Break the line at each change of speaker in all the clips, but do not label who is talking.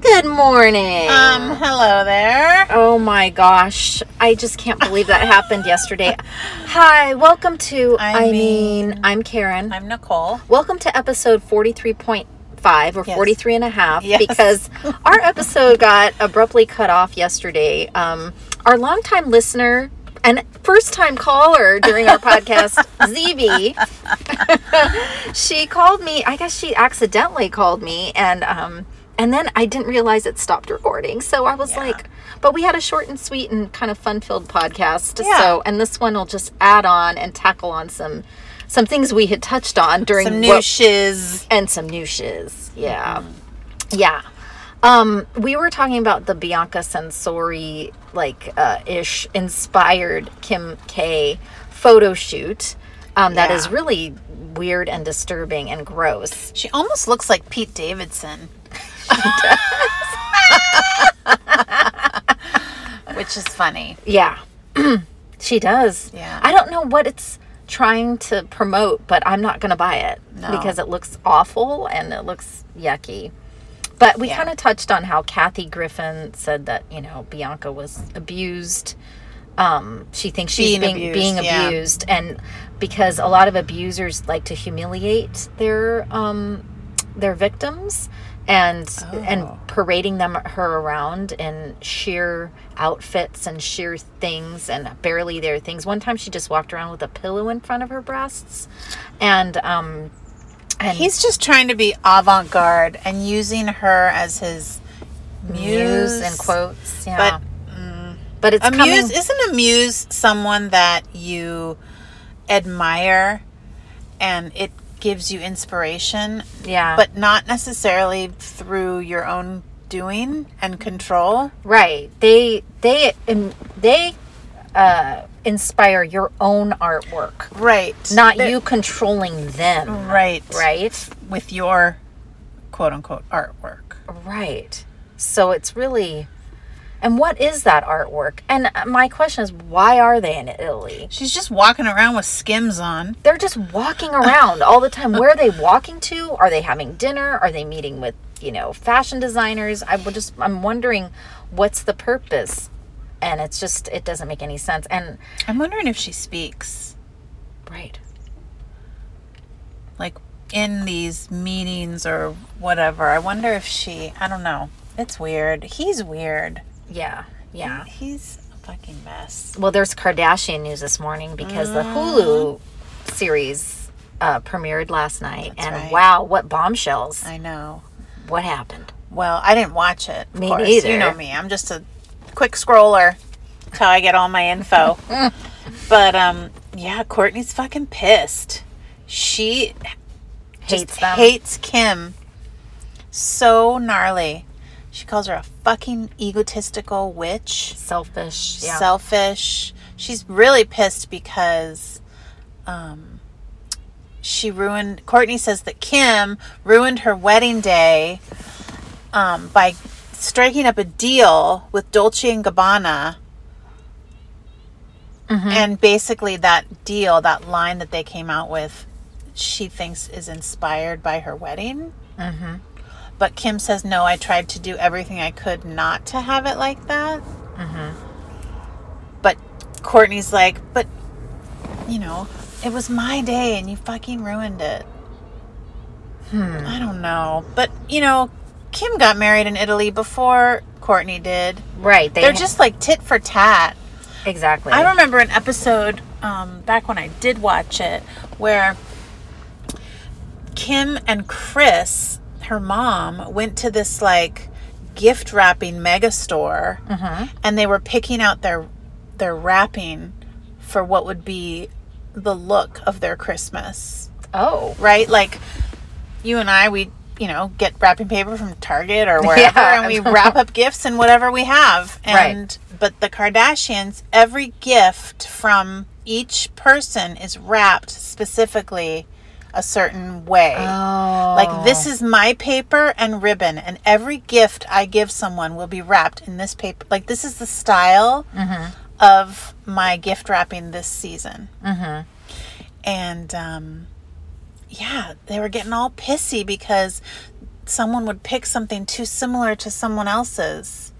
Good morning.
Um, hello there.
oh my gosh. I just can't believe that happened yesterday. Hi, welcome to I,
I
mean,
mean-
I'm Karen.
I'm Nicole.
welcome to episode 43.5 or
Yes.
43 and a half
Yes.
because our episode got abruptly cut off yesterday. Um, our longtime listener and first time caller during our podcast, ZB, she called me. I guess she accidentally called me, and um, and then I didn't realize it stopped recording. So I was like, but we had a short and sweet and kind of fun filled podcast.
Yeah.
So and this one will just add on and tackle on some some things we had touched on during
Some new
what-
shiz.
and some new shiz. Yeah, yeah. Um, we were talking about the Bianca Sensori like uh, ish inspired Kim K photo shoot. Um, that
Yeah.
is really weird and disturbing and gross.
She almost looks like Pete Davidson. Which is funny.
Yeah, she does.
Yeah.
I don't know what it's trying to promote, but I'm not going to buy it
No.
because it looks awful and it looks yucky. But we
Yeah.
kind of touched on how Kathy Griffin said that you know Bianca was abused. Um, she thinks she's being
Being
being abused,
abused, yeah.
and because a lot of abusers like to humiliate their um, their victims and
Oh.
and parading them her around in sheer outfits and sheer things and barely their things. One time she just walked around with a pillow in front of her breasts, and um, and
He's just trying to be avant garde and using her as his muse.
muse and quotes. Yeah,
But-
but, it's
A
coming.
muse isn't a muse someone that you admire and it gives you inspiration
yeah,
but not necessarily through your own doing and control.
right. They they and they uh, inspire your own artwork,
Right.
not you controlling them.
Right.
Right.
With your quote unquote artwork.
Right. So it's really. And what is that artwork? And uh, my question is, why are they in Italy?
She's just walking around with skims on.
They're just walking around all the time. Where are they walking to? Are they having dinner? Are they meeting with, you know, fashion designers? I would just, I'm wondering what's the purpose? And it's just, it doesn't make any sense. And,
I'm wondering if she speaks.
right.
Like in these meetings or whatever. I wonder if she I don't know. It's weird. He's weird.
Yeah. Yeah.
He's a fucking mess.
Well, there's Kardashian news this morning because the Hulu series uh, premiered last night. and
right.
wow, what bombshells.
I know.
What happened?
Well, I didn't watch it. Of
Me
course.
neither.
You know me. I'm just a quick scroller. That's how I get all my info. but um, yeah, Courtney's fucking pissed. She just
Hates them.
hates Kim. So gnarly. She calls her a fucking egotistical witch,
selfish. Yeah.
selfish. She's really pissed because um, she ruined. Courtney says that Kim ruined her wedding day um, by striking up a deal with Dolce and Gabbana. And basically, that deal, that line that they came out with, she thinks is inspired by her wedding. But Kim says, No, I tried to do everything I could not to have it like that. But Courtney's like, But, you know, it was my day and you fucking ruined it. I don't know. But, you know, Kim got married in Italy before Courtney did.
right. They
They're just like tit for tat.
exactly.
I remember an episode um, back when I did watch it where Kim and Chris, her mom, went to this like gift wrapping mega store and they were picking out their their wrapping for what would be the look of their Christmas
oh,
right? Like you and I, we you know get wrapping paper from Target or wherever,
Yeah.
and we wrap up gifts and whatever we have.
Right.
And but the Kardashians, every gift from each person is wrapped specifically a certain way.
oh,
Like this is my paper and ribbon, and every gift I give someone will be wrapped in this paper. Like this is the style
Mm-hmm.
of my gift wrapping this season. Mm-hmm. And um, yeah, they were getting all pissy because someone would pick something too similar to someone else's.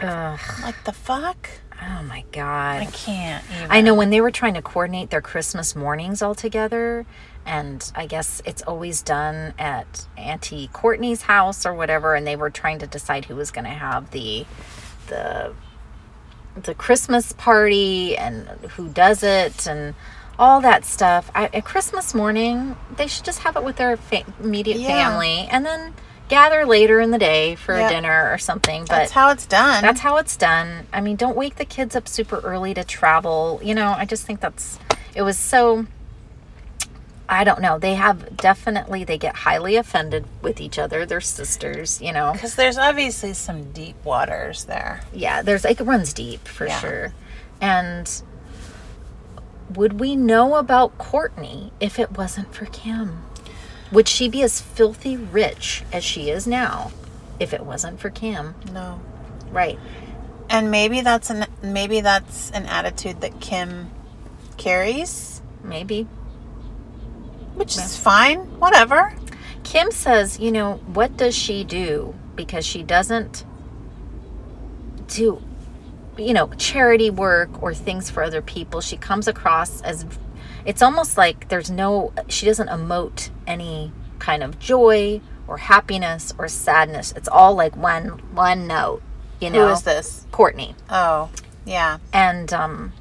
Ugh,
Like the fuck?
oh my
I
god.
can't even.
I know when they were trying to coordinate their Christmas mornings all together, and I guess it's always done at Auntie Courtney's house or whatever, and they were trying to decide who was going to have the the the Christmas party and who does it and all that stuff. I, at Christmas morning, they should just have it with their fa- immediate
Yeah.
family, and then gather later in the day for
Yeah.
a dinner or something. But
That's how it's done.
that's how it's done. I mean, don't wake the kids up super early to travel. You know, I just think that's it was so I don't know. They have definitely they get highly offended with each other. They're sisters, you know.
Because there's obviously some deep waters there.
Yeah, there's it runs deep for
Yeah.
sure. And would we know about Courtney if it wasn't for Kim? Would she be as filthy rich as she is now if it wasn't for Kim?
No.
Right.
And maybe that's an maybe that's an attitude that Kim carries,
Maybe.
which is fine. Whatever.
Kim says, you know, what does she do? Because she doesn't do, you know, charity work or things for other people. She comes across as, it's almost like there's no, she doesn't emote any kind of joy or happiness or sadness. It's all like one, one note, you know.
Who is this?
Courtney
Oh, yeah.
and um,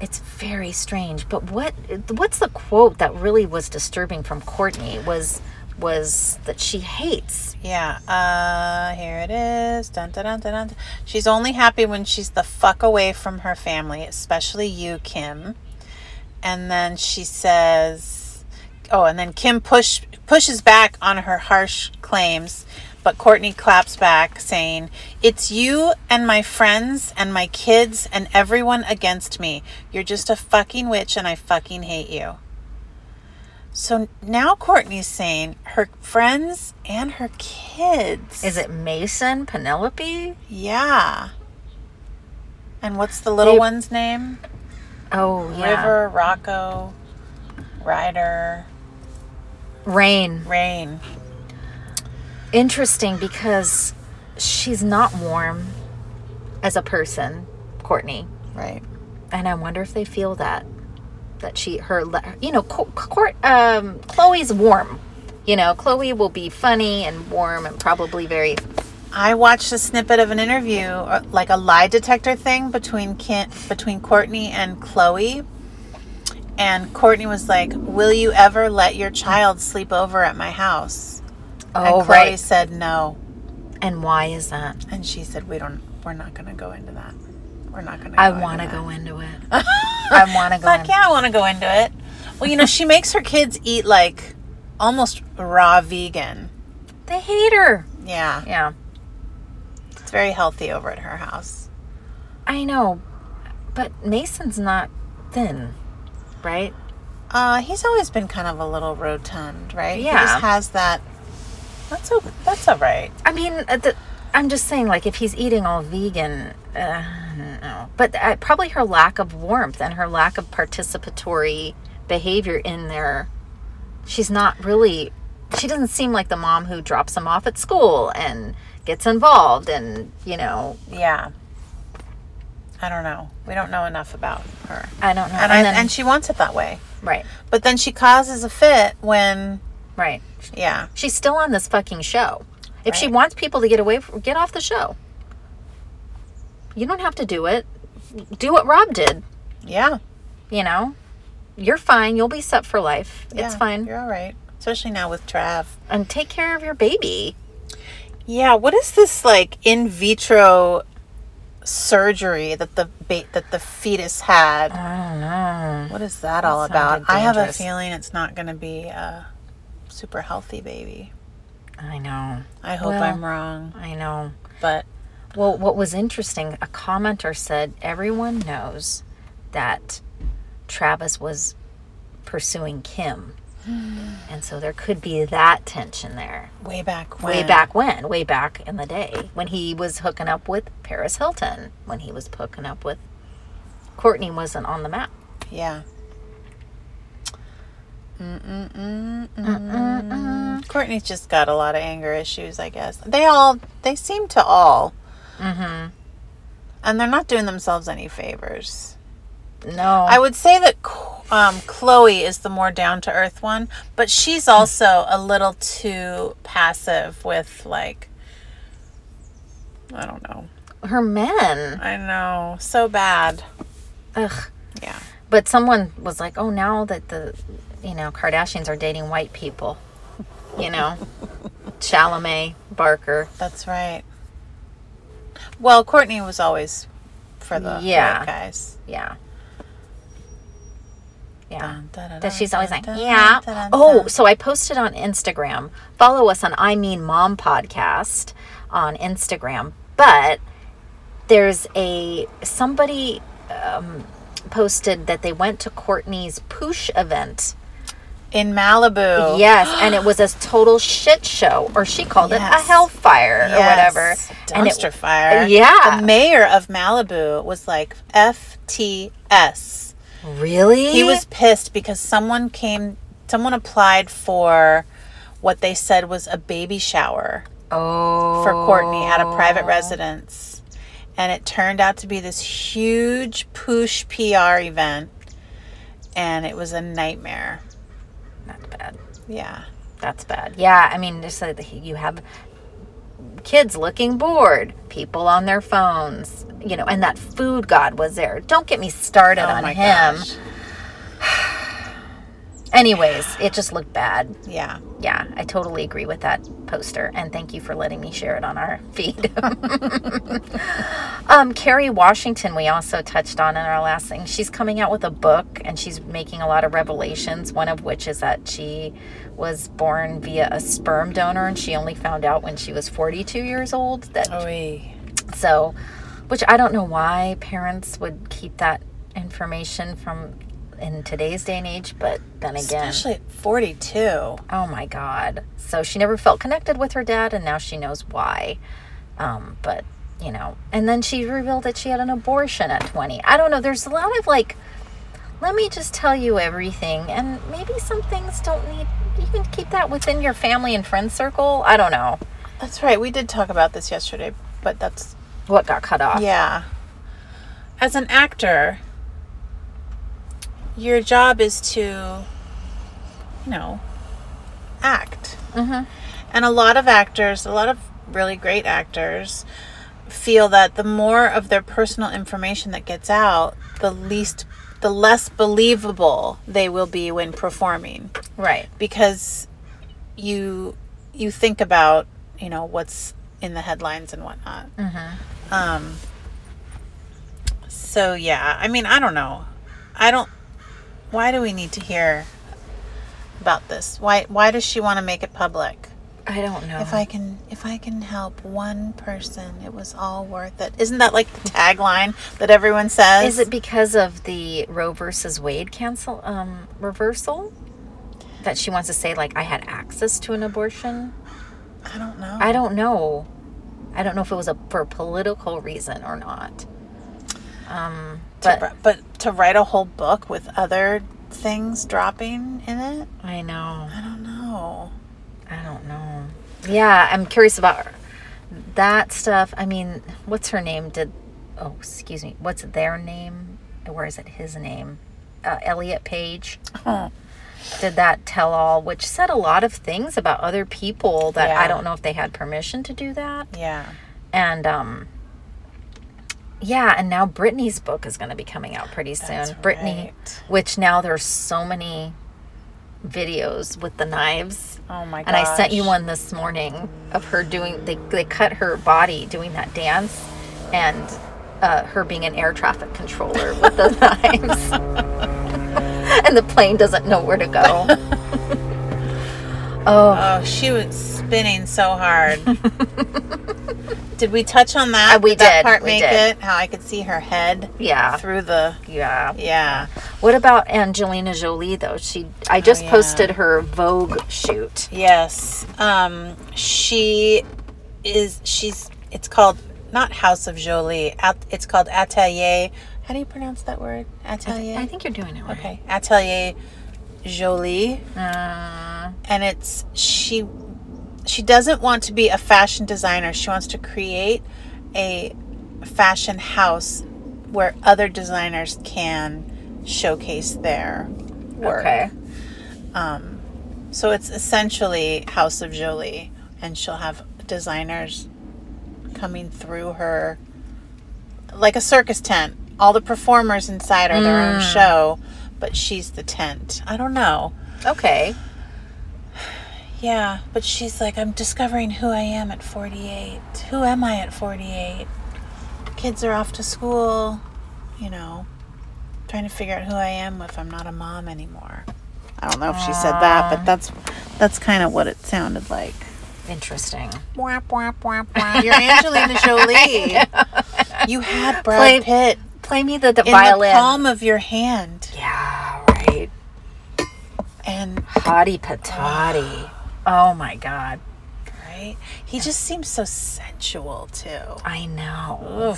it's very strange. But what what's the quote that really was disturbing from Courtney was was that she hates.
Yeah, uh, here it is. Dun, dun, dun, dun, dun. She's only happy when she's the fuck away from her family, especially you, Kim. And then she says, "Oh," and then Kim push pushes back on her harsh claims, but Courtney claps back, saying, "It's you and my friends and my kids and everyone against me. You're just a fucking witch, and I fucking hate you." So now Courtney's saying her friends and her kids.
Is it Mason Penelope?
Yeah. And what's the little
They-
one's name?
Oh yeah,
River, Rocco, Ryder,
Rain.
Rain.
Interesting because she's not warm as a person, Courtney.
Right.
and I wonder if they feel that that she her le- you know Co- court um Chloe's warm. You know, Chloe will be funny and warm and probably very
I watched a snippet of an interview, or like a lie detector thing between Kim, between Courtney and Chloe. And Courtney was like, "Will you ever let your child sleep over at my house?" And
oh
Chloe
right.
said, "No."
And why is that?
And she said, "We don't. We're not going to go into that. We're not going to."
I want to go into it. I want to go.
Fuck
in.
yeah, I want to go into it. Well, you know, she makes her kids eat like almost raw vegan.
They hate her.
Yeah,
Yeah,
it's very healthy over at her house.
I know, but Mason's not thin, right?
Uh, he's always been kind of a little rotund, right? He
Yeah.
just has that. That's o That's all right.
I mean, uh, the, I'm just saying, like, if he's eating all vegan, uh, I don't know. But uh, probably her lack of warmth and her lack of participatory behavior in there. She's not really, she doesn't seem like the mom who drops him off at school and gets involved and, you know,
Yeah. I don't know. We don't know enough about her,
I don't know.
and I,
then-
and she wants it that way.
right,
But then she causes a fit when,
right.
yeah,
She's still on this fucking show. If she
Right.
wants people to get away, from, get off the show. You don't have to do it. Do what Rob did.
yeah.
you know, you're fine. You'll be set for life. it's
yeah,
fine.
You're all right, especially now with Trav.
And take care of your baby.
Yeah, what is this like in vitro surgery that the ba- that the fetus had?
I don't know.
What is that all
sounded
about? I have a
dangerous.
feeling it's not going to be a super healthy baby.
I know.
I hope
Well-
I'm wrong,
I know.
but
Well, what was interesting, a commenter said everyone knows that Travis was pursuing Kim. And so there could be that tension there.
way back when,
Way back when, way back in the day, when he was hooking up with Paris Hilton, when he was hooking up with Courtney wasn't on the map.
yeah. Mm-mm-mm-mm. Courtney's just got a lot of anger issues, I guess. They all, they seem to all.
Mm-hmm.
And they're not doing themselves any favors.
No.
I would say that Ch- um, Chloe is the more down to earth one, but she's also a little too passive with, like, I don't know.
Her men.
I know. So bad.
Ugh.
Yeah.
But someone was like, "Oh, now that the, you know, Kardashians are dating white people, you know, Chalamet, Barker,
That's right. Well, Courtney was always for the
Yeah.
white guys.
yeah, yeah."
Dun, dun, dun,
That she's always
dun,
like,
dun,
yeah.
dun, dun,
Oh,
dun.
so I posted on Instagram. Follow us on I Mean Mom podcast on Instagram. But there's a somebody um, posted that they went to Courtney's Poosh event.
in Malibu.
Yes, and it was a total shit show, or she called it a
Yes.
hellfire
Yes.
or whatever.
Dumpster fire.
Yeah.
The mayor of Malibu was like FTS.
And it really,
He was pissed because someone came, someone applied for what they said was a baby shower.
oh
for Courtney at a private residence. And it turned out to be this huge push PR event. And it was a nightmare.
That's bad.
Yeah.
That's bad. Yeah, I mean, just like you have kids looking bored, people on their phones, you know, and that food god was there. Don't get me started
Oh
on him. Anyways, it just looked bad.
Yeah.
Yeah, I totally agree with that poster, and thank you for letting me share it on our feed. um, Carrie Washington, we also touched on in our last thing. She's coming out with a book, and she's making a lot of revelations. One of which is that she was born via a sperm donor, and she only found out when she was 42 years old. That
Oh. Oy.
so, which I don't know why parents would keep that information from in today's day and age, but then again,
Especially at 42.
Oh my God. So she never felt connected with her dad, and now she knows why. Um, but, you know, and then she revealed that she had an abortion at 20. I don't know. There's a lot of like, let me just tell you everything, and maybe some things don't need, you can keep that within your family and friend circle. I don't know
That's right. We did talk about this yesterday, but that's,
what got cut off.
yeah. As an actor, your job is to, you know, act.
Mhm.
And a lot of actors, a lot of really great actors, feel that the more of their personal information that gets out, the least, the less believable they will be when performing
Right.
because you you think about you know what's in the headlines and whatnot.
Mm-hmm.
Um. So yeah, I mean, I don't know. I don't. Why do we need to hear about this? Why Why does she want to make it public?
I don't know.
If I can, if I can help one person, it was all worth it. Isn't that like the tagline that everyone says?
Is it because of the Roe versus Wade cancel um, reversal that she wants to say like I had access to an abortion?
I don't know.
I don't know. I don't know if it was a for a political reason or not. Um,
To
but
br- but to write a whole book with other things dropping in it,
I know.
I don't know.
I don't know. Yeah, I'm curious about that stuff. I mean, what's her name? Did oh, excuse me. What's their name? Where is it? His name? Uh, Elliot Page.
Huh.
Did that tell all, which said a lot of things about other people that I
Yeah.
don't know if they had permission to do that.
Yeah,
and um yeah and now brittany's book is going to be coming out pretty soon
That's
brittany
right.
which now there's so many videos with the knives
Oh my god.
and i sent you one this morning of her doing they, they cut her body doing that dance and uh, her being an air traffic controller with the knives and the plane doesn't know where to go oh
Oh, she was spinning so hard. did we touch on that?
Uh, we
that
did,
part
we
make
did.
it? How I could see her head
yeah
through the
yeah
yeah.
What about Angelina Jolie though? She I just
Oh, yeah.
posted her Vogue shoot.
Yes. Um she is she's it's called not House of Jolie. At, it's called Atelier. How do you pronounce that word? Atelier.
I think you're doing it right.
okay. Atelier Jolie
Uh,
and it's she she doesn't want to be a fashion designer. She wants to create a fashion house where other designers can showcase their work.
Okay.
Um, so it's essentially House of Jolie, and she'll have designers coming through her like a circus tent. All the performers inside are their own show, but she's the tent. I don't know.
Okay.
Yeah, but she's like, I'm discovering who I am at 48. Who am I at 48? Kids are off to school, you know, trying to figure out who I am if I'm not a mom anymore. I don't know if she said that, but that's that's kind of what it sounded like.
Interesting.
Wah, wah, wah, wah. You're Angelina Jolie. you had Brad
Play-
Pitt
Play me the, the
in
violin.
the palm of your hand,
Yeah, right.
and
Hottie patati. Oh my god.
right, he just seems so sensual too.
I know.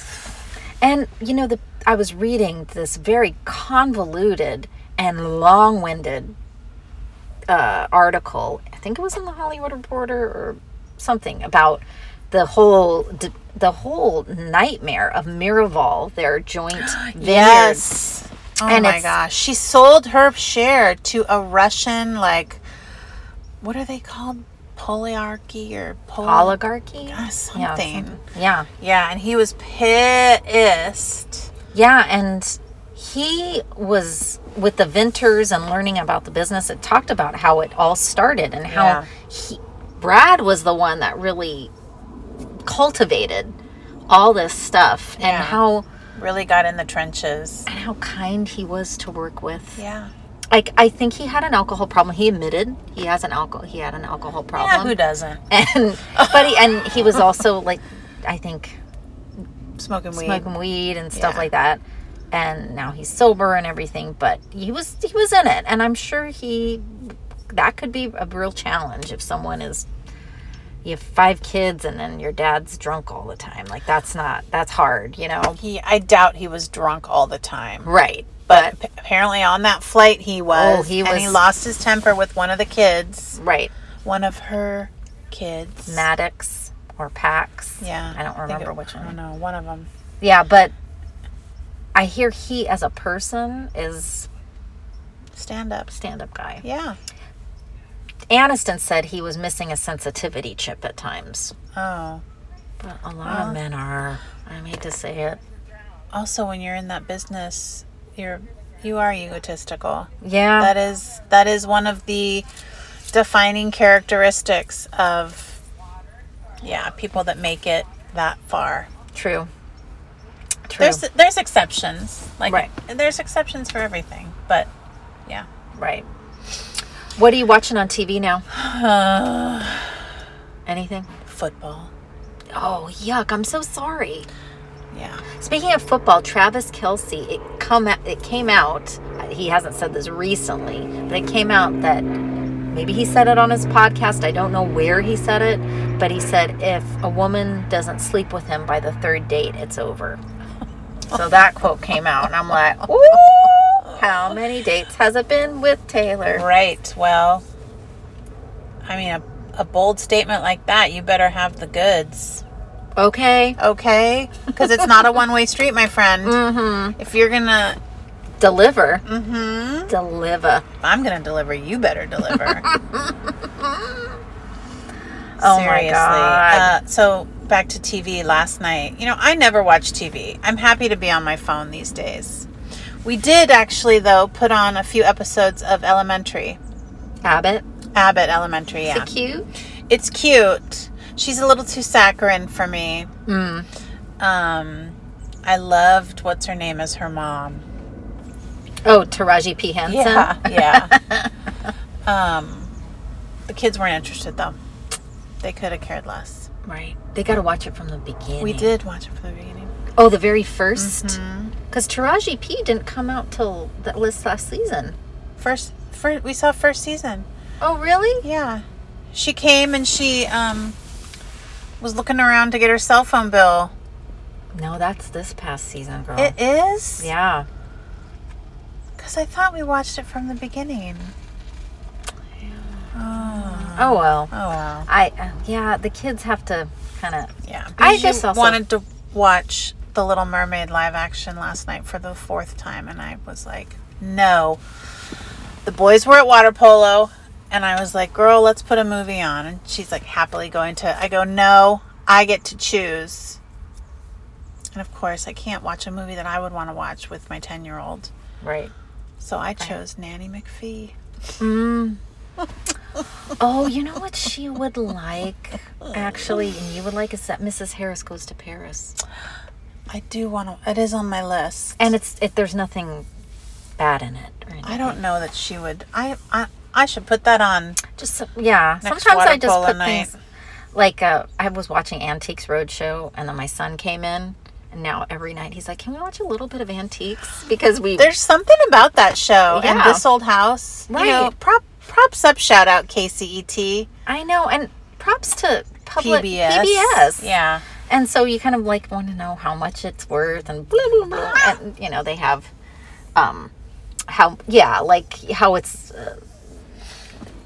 And you know the I was reading this very convoluted and long-winded uh, article. I think it was in the Hollywood Reporter or something about the whole d- the whole nightmare of Miraval, their joint vineyard.
Yes. Oh
And
my
it's-
gosh. She sold her share to a Russian, like, what are they called? Polyarchy or poly-
oligarchy.
Ah,
Yeah,
something.
Yeah.
Yeah, and he was pissed.
Yeah, and he was with the Venters and learning about the business. It talked about how it all started and how
Yeah.
he, Brad was the one that really cultivated all this stuff and
Yeah.
how
Really got in the trenches.
and how kind he was to work with.
Yeah.
Like I think he had an alcohol problem. He admitted he has an alcohol he had an alcohol
Yeah,
problem.
who doesn't?
and but he, and he was also like I think
Smoking weed.
smoking weed and stuff
Yeah.
like that. And now he's sober and everything, but he was he was in it, and I'm sure he that could be a real challenge if someone is you have five kids and then your dad's drunk all the time. Like that's not that's hard, you know.
He, I doubt he was drunk all the time.
Right.
But ap- apparently on that flight he was.
Oh, he
And he
was-
lost his temper with one of the kids.
Right.
One of her kids.
Maddox or Pax.
Yeah.
I don't
think
remember
it-
which
I
one.
don't know. One of them.
Yeah, but I hear he as a person is
Stand ups.
stand up guy.
Yeah.
Aniston said he was missing a sensitivity chip at times.
Oh.
But a lot of men are. I hate to say it.
Also, when you're in that business, you're you are egotistical.
Yeah.
That is that is one of the defining characteristics of yeah people that make it that far.
true. True.
There's there's exceptions. Like
Right.
there's exceptions for everything, but yeah.
right. What are you watching on TV now? Anything?
Football.
Oh, yuck. I'm so sorry.
Yeah.
Speaking of football, Travis Kelsey, it come it came out. He hasn't said this recently, but it came out that maybe he said it on his podcast. I don't know where he said it, but he said if a woman doesn't sleep with him by the third date, it's over. So that quote came out, and I'm like, ooh, how many dates has it been with Taylor?
Right. Well, I mean a, a bold statement like that, you better have the goods.
Okay,
okay? Because it's not a one way street, my friend. Mm-hmm. If you're gonna,
deliver,
Mm-hmm.
deliver.
if I'm gonna deliver, you better deliver.
Oh my God.
Uh, so back to TV last night. You know, I never watch TV. I'm happy to be on my phone these days. We did actually, though, put on a few episodes of Elementary,
Abbott,
Abbott Elementary. Yeah,
Is it cute?
it's cute. She's a little too saccharine for me.
Mm.
Um, I loved what's her name as her mom.
Oh, Taraji P Henson.
Yeah, yeah. um, the kids weren't interested though. They could have cared less.
Right. They got to watch it from the beginning.
We did watch it from the beginning.
Oh, the very first? Because Taraji P didn't come out till that list last season.
First, first, we saw first season.
Oh, really?
Yeah, she came and she um was looking around to get her cell phone bill.
No, that's this past season, girl.
It is.
yeah.
Because I thought we watched it from the beginning. Oh.
Oh well.
Oh wow.
I uh, yeah, the kids have to kind of
Yeah.
I
because
just
you
also-
wanted to watch The Little Mermaid live action last night for the fourth time, and I was like, no. The boys were at water polo, and I was like, girl, let's put a movie on. And she's like, happily going to. I go, no, I get to choose. And of course, I can't watch a movie that I would want to watch with my 10 year old.
right.
So I chose Nanny McPhee.
Oh, you know what she would like actually, and you would like is that Mrs. Harris goes to Paris,
I do want to. It is on my list.
and it's it, there's nothing bad in it. Or
I
anything.
don't know that she would. I I, I should put that on.
just some- yeah.
Next
Sometimes I
water
just
polo
put
night.
things like uh, I was watching Antiques Roadshow, and then my son came in, and now every night he's like, "Can we watch a little bit of Antiques?" Because we
There's something about that show and
Yeah.
this old house. Right. You know,
Right.
prop, props up. Shout out E KCET
I know, and props to public
PBS.
PBS.
Yeah.
And so you kind of like want to know how much it's worth and blah blah blah. And you know they have, um, how yeah like how it's. Uh,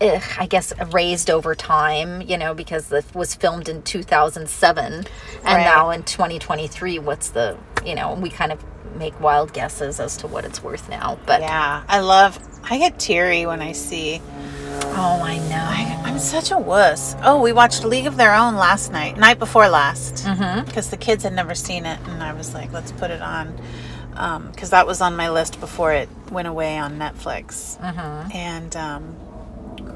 eh, I guess raised over time, you know, because it was filmed in 2007 and
Right.
now in 2023, what's the, you know, we kind of make wild guesses as to what it's worth now. But
Yeah. I love. I get teary when I see.
oh, I know.
I, I'm such a wuss. Oh, we watched League of Their Own last night, night before last,
Mm-hmm.
because the kids had never seen it, and I was like, let's put it on, because that was on my list before it went away on Netflix.
Mm-hmm.
And um,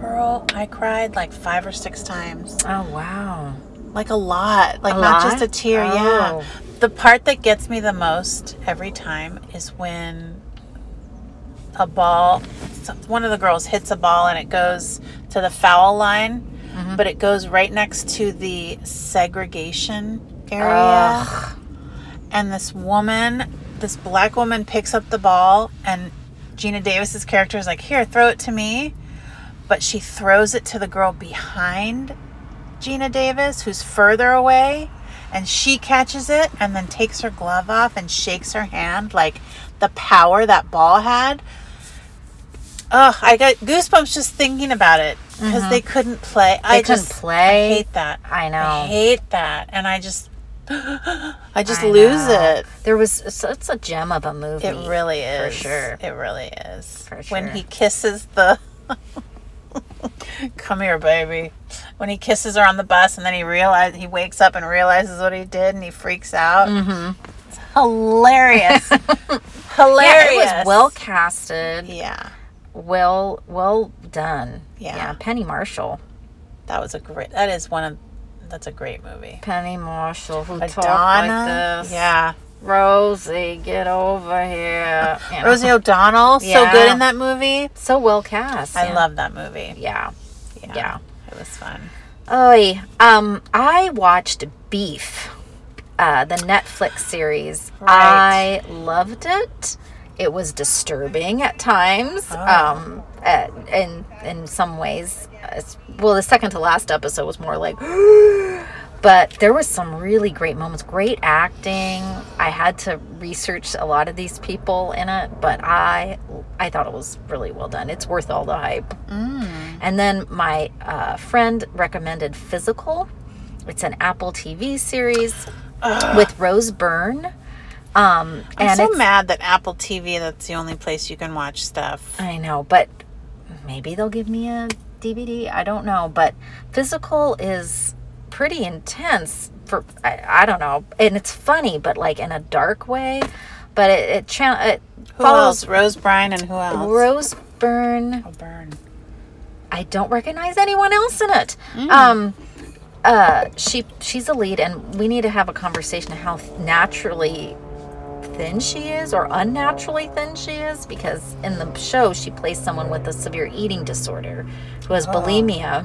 girl, I cried like five or six times.
Oh, wow.
like a lot like
lot?
not just a tear
Oh.
yeah the part that gets me the most every time is when a ball some- one of the girls hits a ball and it goes to the foul line
Mm-hmm.
but it goes right next to the segregation area
Ugh.
and this woman this black woman picks up the ball and gina davis's character is like here throw it to me but she throws it to the girl behind Gina Davis, who's further away, and she catches it and then takes her glove off and shakes her hand like the power that ball had. Ugh, I got goosebumps just thinking about it because they couldn't play. I
Mm-hmm. couldn't
just
play.
I hate that.
I know.
I hate that, and I just, I just
I
lose
know.
it.
There was so it's a gem of a movie.
It really is.
sure.
It really is.
For
When
sure.
he kisses the. Come here, baby. When he kisses her on the bus, and then he realize he wakes up and realizes what he did, and he freaks out. Mm-hmm. It's hilarious.
yeah,
hilarious.
it was well casted,
Yeah,
well well done.
Yeah.
Penny Marshall,
that was a great. That is one of. That's a great movie.
Penny Marshall, who talked
Madonna.
like this.
yeah.
Rosie, get over here. You know,
Rosie O'Donnell, so
Yeah.
good in that movie.
so well cast.
I
yeah.
love that movie.
Yeah.
Yeah.
Yeah.
It was fun.
Oy, um, I watched Beef, uh, the Netflix series.
Right.
I loved it. It was disturbing at times, um, at, in in some ways. It's, well, the second to last episode was more like, but there was some really great moments, great acting. I had to research a lot of these people in it, but I I thought it was really well done. It's worth all the hype. And then my uh, friend recommended Physical. It's an Apple TV series with Rose Byrne. Um,
I'm
and
so
it's,
mad that Apple TV, that's the only place you can watch stuff.
I know, but maybe they'll give me a DVD. I don't know. But Physical is pretty intense for, I, I don't know. And it's funny, but like in a dark way. But it, it, chan- it
Who
follows
else? Rose Bryan and who else?
Rose Byrne.
Oh, Byrne.
I don't recognize anyone else in it. Um, uh, she she's a lead, and we need to have a conversation of how naturally thin she is, or unnaturally thin she is, because in the show she plays someone with a severe eating disorder who has bulimia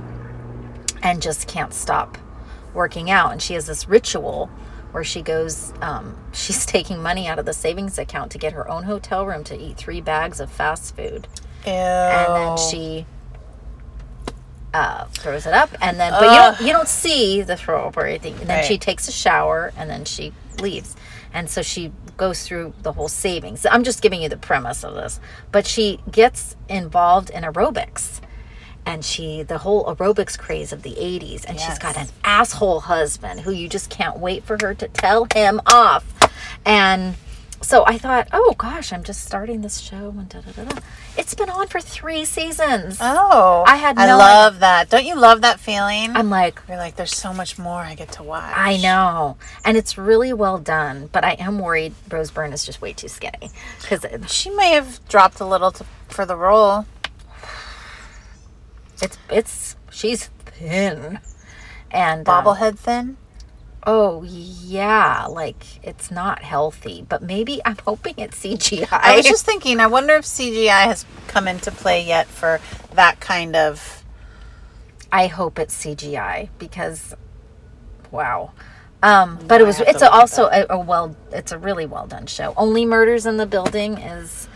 and just can't stop working out. And she has this ritual where she goes, um, she's taking money out of the savings account to get her own hotel room to eat three bags of fast food
Ew.
and then she uh, throws it up, and then but you don't you don't see the throw up or anything. And then she
Right.
takes a shower, and then she leaves, and so she goes through the whole savings. I'm just giving you the premise of this, but she gets involved in aerobics. and she the whole aerobics craze of the 80s and she's got
Yes.
an asshole husband who you just can't wait for her to tell him off and so i thought oh gosh i'm just starting this show and da, da, da, da. it's been on for three seasons
Oh,
I had
I
no
love that. Don't you love that feeling?
i'm like
You're like, there's so much more I get to watch.
I know, and it's really well done, but I am worried Rose Byrne is just way too skinny because
She may have dropped a little to, for the role.
it's it's she's thin, and um,
Bobblehead thin.
Oh yeah, like it's not healthy, but maybe I'm hoping it's CGI.
I was just thinking, I wonder if CGI has come into play yet for that kind of.
I hope it's CGI because wow. Um, but it was
have to
it's
look at
also a, a well it's a really well done show. Only Murders in the Building is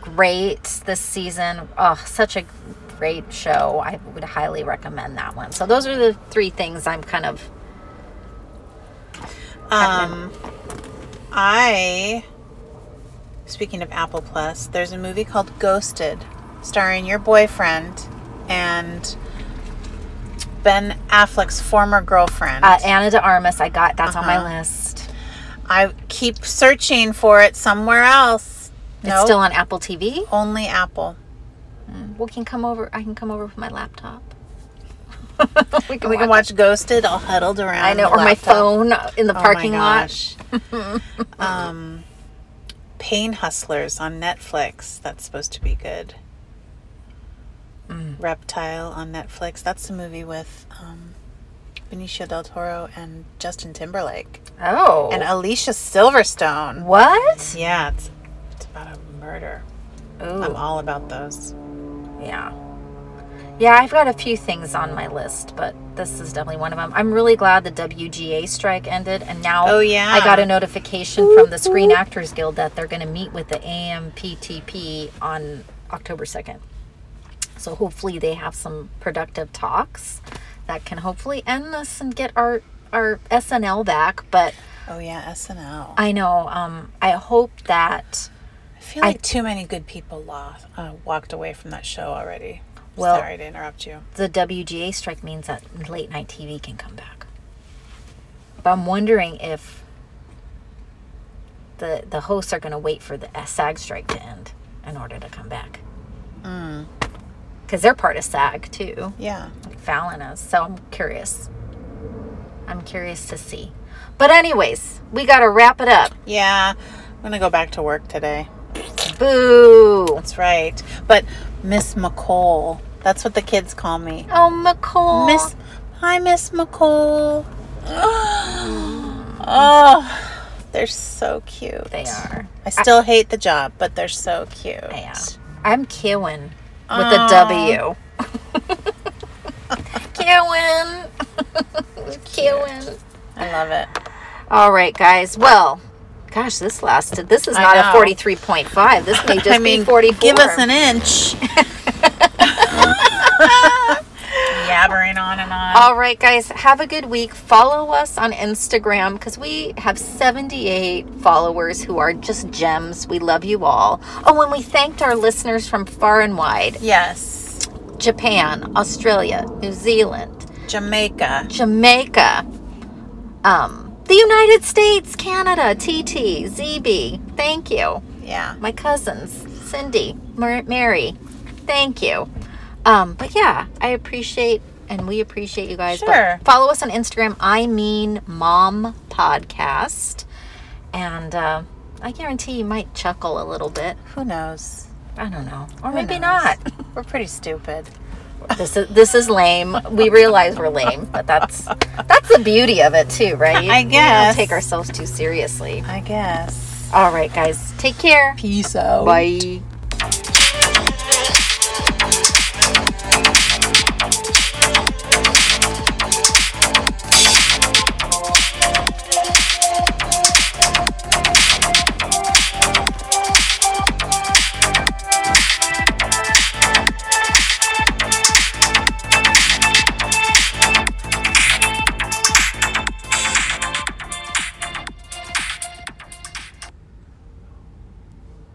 great this season. Oh, such a great show. I would highly recommend that one. So those are the three things I'm kind of
Um, I. Speaking of Apple Plus, there's a movie called Ghosted, starring your boyfriend and Ben Affleck's former girlfriend.
uh, Anna de Armas I got that's on
Uh-huh.
my list.
I keep searching for it somewhere else.
It's still on Apple TV.
only Apple.
We can come over. I can come over with my laptop. we can,
We can watch Ghosted all huddled around.
I know,
the
or my
laptop.
phone in the
Oh my
parking lot.
gosh. um, Pain Hustlers on Netflix. That's supposed to be good.
Mm.
Reptile on Netflix. That's the movie with um, Benicio del Toro and Justin Timberlake
Oh,
and Alicia Silverstone.
what?
Yeah, it's, it's about a murder. I'm
Oh,
all about those.
yeah, yeah. I've got a few things on my list, but this is definitely one of them. I'm really glad the WGA strike ended, and now
Oh, yeah.
I got a notification from the Screen Actors Guild that they're going to meet with the AMPTP on October second. So hopefully they have some productive talks that can hopefully end this and get our our SNL back. But
Oh yeah, SNL.
I know. Um, I hope that.
I feel like too many good people lost, uh, walked away from that show already.
Well-
Sorry to interrupt you.
the WGA strike means that late night TV can come back. But I'm wondering if the the hosts are going to wait for the SAG strike to end in order to come back. Because they're part of SAG too,
Yeah.
like Fallon is. So I'm curious. I'm curious to see. But anyways, we got to wrap it up.
Yeah, I'm gonna go back to work today.
Boo!
That's right. But Miss McColl, that's what the kids call me.
Oh, McCall.
Miss, hi, Miss McColl. oh, they're so cute.
They are.
I still hate the job, but they're so cute.
Yeah. I'm Kewin with a W. Kewin. Kewin.
I love it.
All right, guys. Well, gosh, this lasted. This is
I
not a
know.
43.5. This may just
I mean,
be 44.
give us an inch. Yabbering on and on.
All right, guys. Have a good week. Follow us on Instagram because we have 78 followers who are just gems. We love you all. Oh, and we thanked our listeners from far and wide
Yes,
Japan, Australia, New Zealand,
Jamaica.
Jamaica, um, the United States, Canada, TT, ZB. Thank you.
Yeah.
My cousins, Cindy, Mar- Mary. Thank you. Um, but yeah, I appreciate and we appreciate you guys. but
Sure.
follow us on Instagram. I mean, Mom Podcast, and uh, I guarantee you might chuckle a little bit.
Who knows?
I don't know, or maybe
knows?
not.
We're pretty stupid.
this is this is lame. We realize we're lame, but that's that's the beauty of it too, right?
I
We
guess.
don't take ourselves too seriously.
I guess.
All right, guys, take care.
Peace out.
Bye.